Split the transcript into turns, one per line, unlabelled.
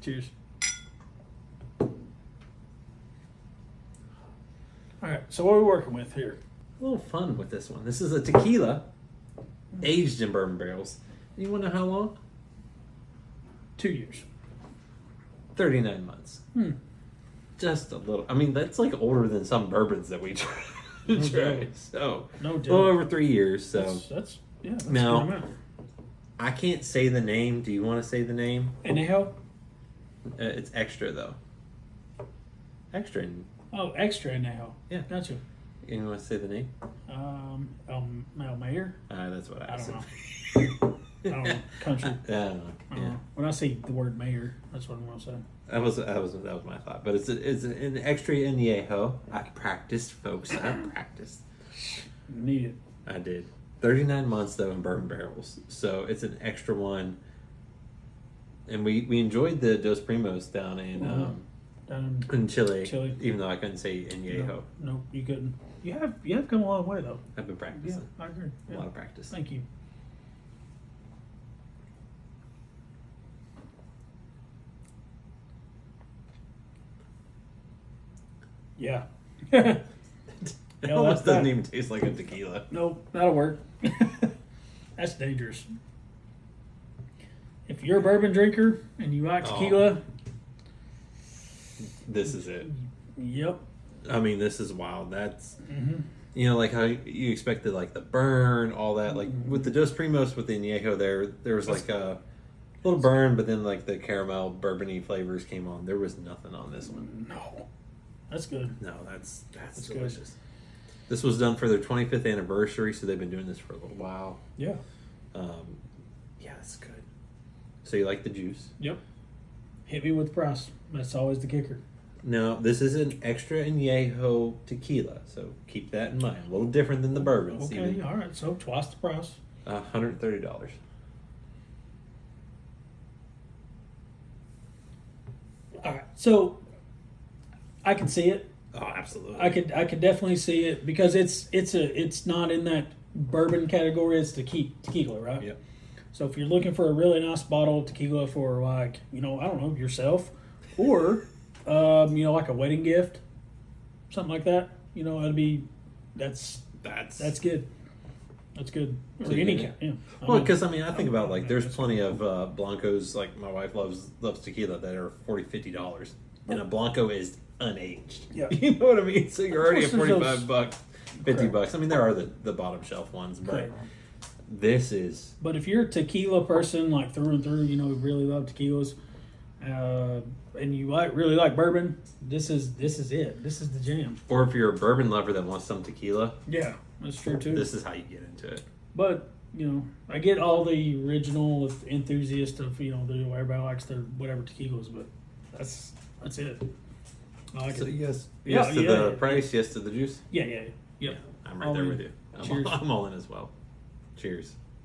Cheers. All right, so what are we working with here?
A little fun with this one. This is a tequila aged in bourbon barrels. You wonder how long?
Two years.
39 months.
Hmm.
Just a little. I mean, that's like older than some bourbons that we try. try. So,
No
a little
doubt.
over three years. So,
Mm-hmm. That's, that's yeah. That's
Now-
a good amount.
I can't say the name. Do you want to say the name?
anyhow,
Uh, it's extra, though. Extra. And
oh, extra anyhow.
Yeah.
gotcha.
you want to say the name?
Um, um, El Mayor.
Uh, that's what I,
I don't
said.
know. I don't know. Country.
I don't know.
I don't
Yeah.
know. Uh, When I say the word mayor, that's what I'm gonna say.
That was that was that was my thought, but it's it's an extra in the aho. I practiced, folks. I practiced.
Need it.
I did. Thirty nine months though in bourbon barrels, so it's an extra one. And we we enjoyed the Dos Primos down in um,
Down
in Chile,
Mm-hmm. Chile.
even though I couldn't say E in
in,
Yeho.
no, no, you couldn't. You have you have come a long way though.
I've been
Yeah,
practicing
I agree.
a lot
Yeah.
of practice.
Thank you. Yeah.
it
Yeah,
almost
that's
doesn't
that.
even taste like a tequila.
Nope, that'll work. That's dangerous. If you're a bourbon drinker and you like
Oh.
tequila,
This is it.
yep.
I mean, this is wild. That's
Mm-hmm.
you know like how you expected like the burn all that like with the dos primos with the añejo there there was like a little burn but then like the caramel bourbony flavors came on there was nothing on this one
No. That's good.
no that's that's,
That's good.
delicious this was done for their 25th anniversary so they've been doing this for a little while
Yeah.
um, yeah that's good so you like the juice
Yep. Hit me with the price. That's always the kicker.
now this is an extra añejo tequila so keep that in mind a little different than the bourbons
Okay,
even
all right. So twice the price.
$130
All right. So I can see it.
oh absolutely
I could I could definitely see it because it's it's a it's not in that bourbon category. It's tequila, tequila, right?
Yep.
So if you're looking for a really nice bottle of tequila for like you know I don't know yourself, or um, you know like a wedding gift, something like that. You know that'd be that's
that's
that's good. That's good. Or
So you
any
did
kind.
it?
Yeah. I
Well,
mean,
because I mean, I think about like
Um, yeah,
there's
that's
plenty of uh, blancos. Like my wife loves loves tequila that are 40 50 dollars, and a blanco is unaged.
Yeah.
you know what I mean. So you're already at
Of course,
45
there's those-
bucks, 50
Correct.
bucks. I mean, there are the the bottom shelf ones, but
Correct.
this is
But if you're a tequila person, like through and through, you know, you really love tequilas, uh, and you like really like bourbon, this is this is it. This is the jam.
or if you're a bourbon lover that wants some tequila,
Yeah, that's true too.
this is how you get into it.
but you know, I get all the original enthusiast of you know, the- everybody likes their whatever tequilas, but that's that's it. I like
So
it.
yes,
Yeah,
yes to
yeah,
the
yeah.
price, yes to the juice.
Yeah, yeah, yeah. Yep.
I'm right
All
there
in.
with you. I'm,
Cheers.
I'm all in as well. Cheers.